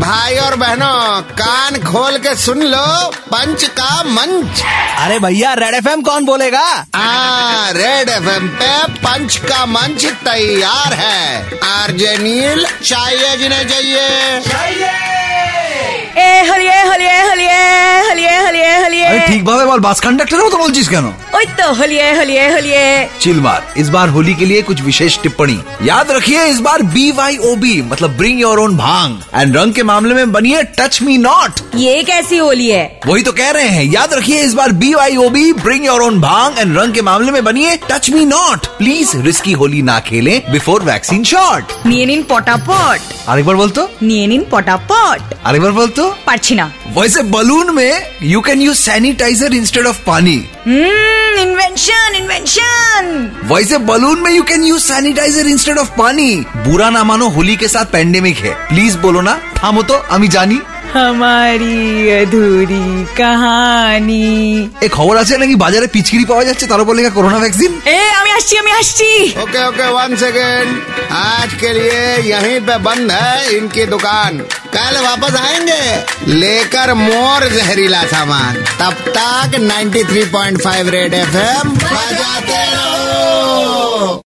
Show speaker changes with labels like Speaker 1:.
Speaker 1: भाई और बहनों कान खोल के सुन लो पंच का मंच
Speaker 2: अरे भैया रेड एफ कौन बोलेगा
Speaker 1: आ, रेड एफ पे पंच का मंच तैयार है आरजे नील चाहिए जिन्हें चाहिए
Speaker 3: এ হলিয়ে হলিয়ে হলিয়ে হলিয়ে হলিয়ে হলিয়ে
Speaker 2: अरे ठीक बात है बोल বাস कंडक्टर हो तो बोल जिस कहनो
Speaker 3: ওই তো হলিয়ে হলিয়ে হলিয়ে
Speaker 2: चिल मार इस बार होली के लिए कुछ विशेष टिप्पणी याद रखिए इस बार बी वाई ओ बी मतलब bring your own bhang and रंग के मामले में बनिए टच मी नॉट
Speaker 3: ये कैसी होली है
Speaker 2: वही तो कह रहे हैं याद रखिए इस बार B Y O B bring your own bhang and रंग के मामले में बनिए touch me not please risky Holi ना खेलें बिफोर वैक्सीन शॉट
Speaker 3: নিয়ে নিন পটাপট
Speaker 2: আরেকবার বার বলতো
Speaker 3: নিয়ে নিন পটাপট
Speaker 2: আরেকবার বলতো
Speaker 3: পারছি না
Speaker 2: तो। वैसे बलून में you can use sanitiser instead of पानी
Speaker 3: হুম ইনভেনশন ইনভেনশন
Speaker 2: वैसे बलून में you can use sanitiser instead of पानी बुरा ना मानो होली के साथ पैंडेमिक है प्लीज बोलो ना थामो तो अमी जानी
Speaker 3: हमारी अधूरी कहानी
Speaker 2: এই খবর আছে নাকি বাজারে পিচকিরি পাওয়া যাচ্ছে তার উপর লেখা করোনা ভ্যাকসিন
Speaker 3: এ আমি আসছি আমি আসছি
Speaker 1: ओके ओके वन सेकेंड आज के लिए यहीं पे बंद है इनकी दुकान कल वापस आएंगे लेकर मोर जहरीला सामान तब तक 93.5 रेड एफ एम बजाते रहो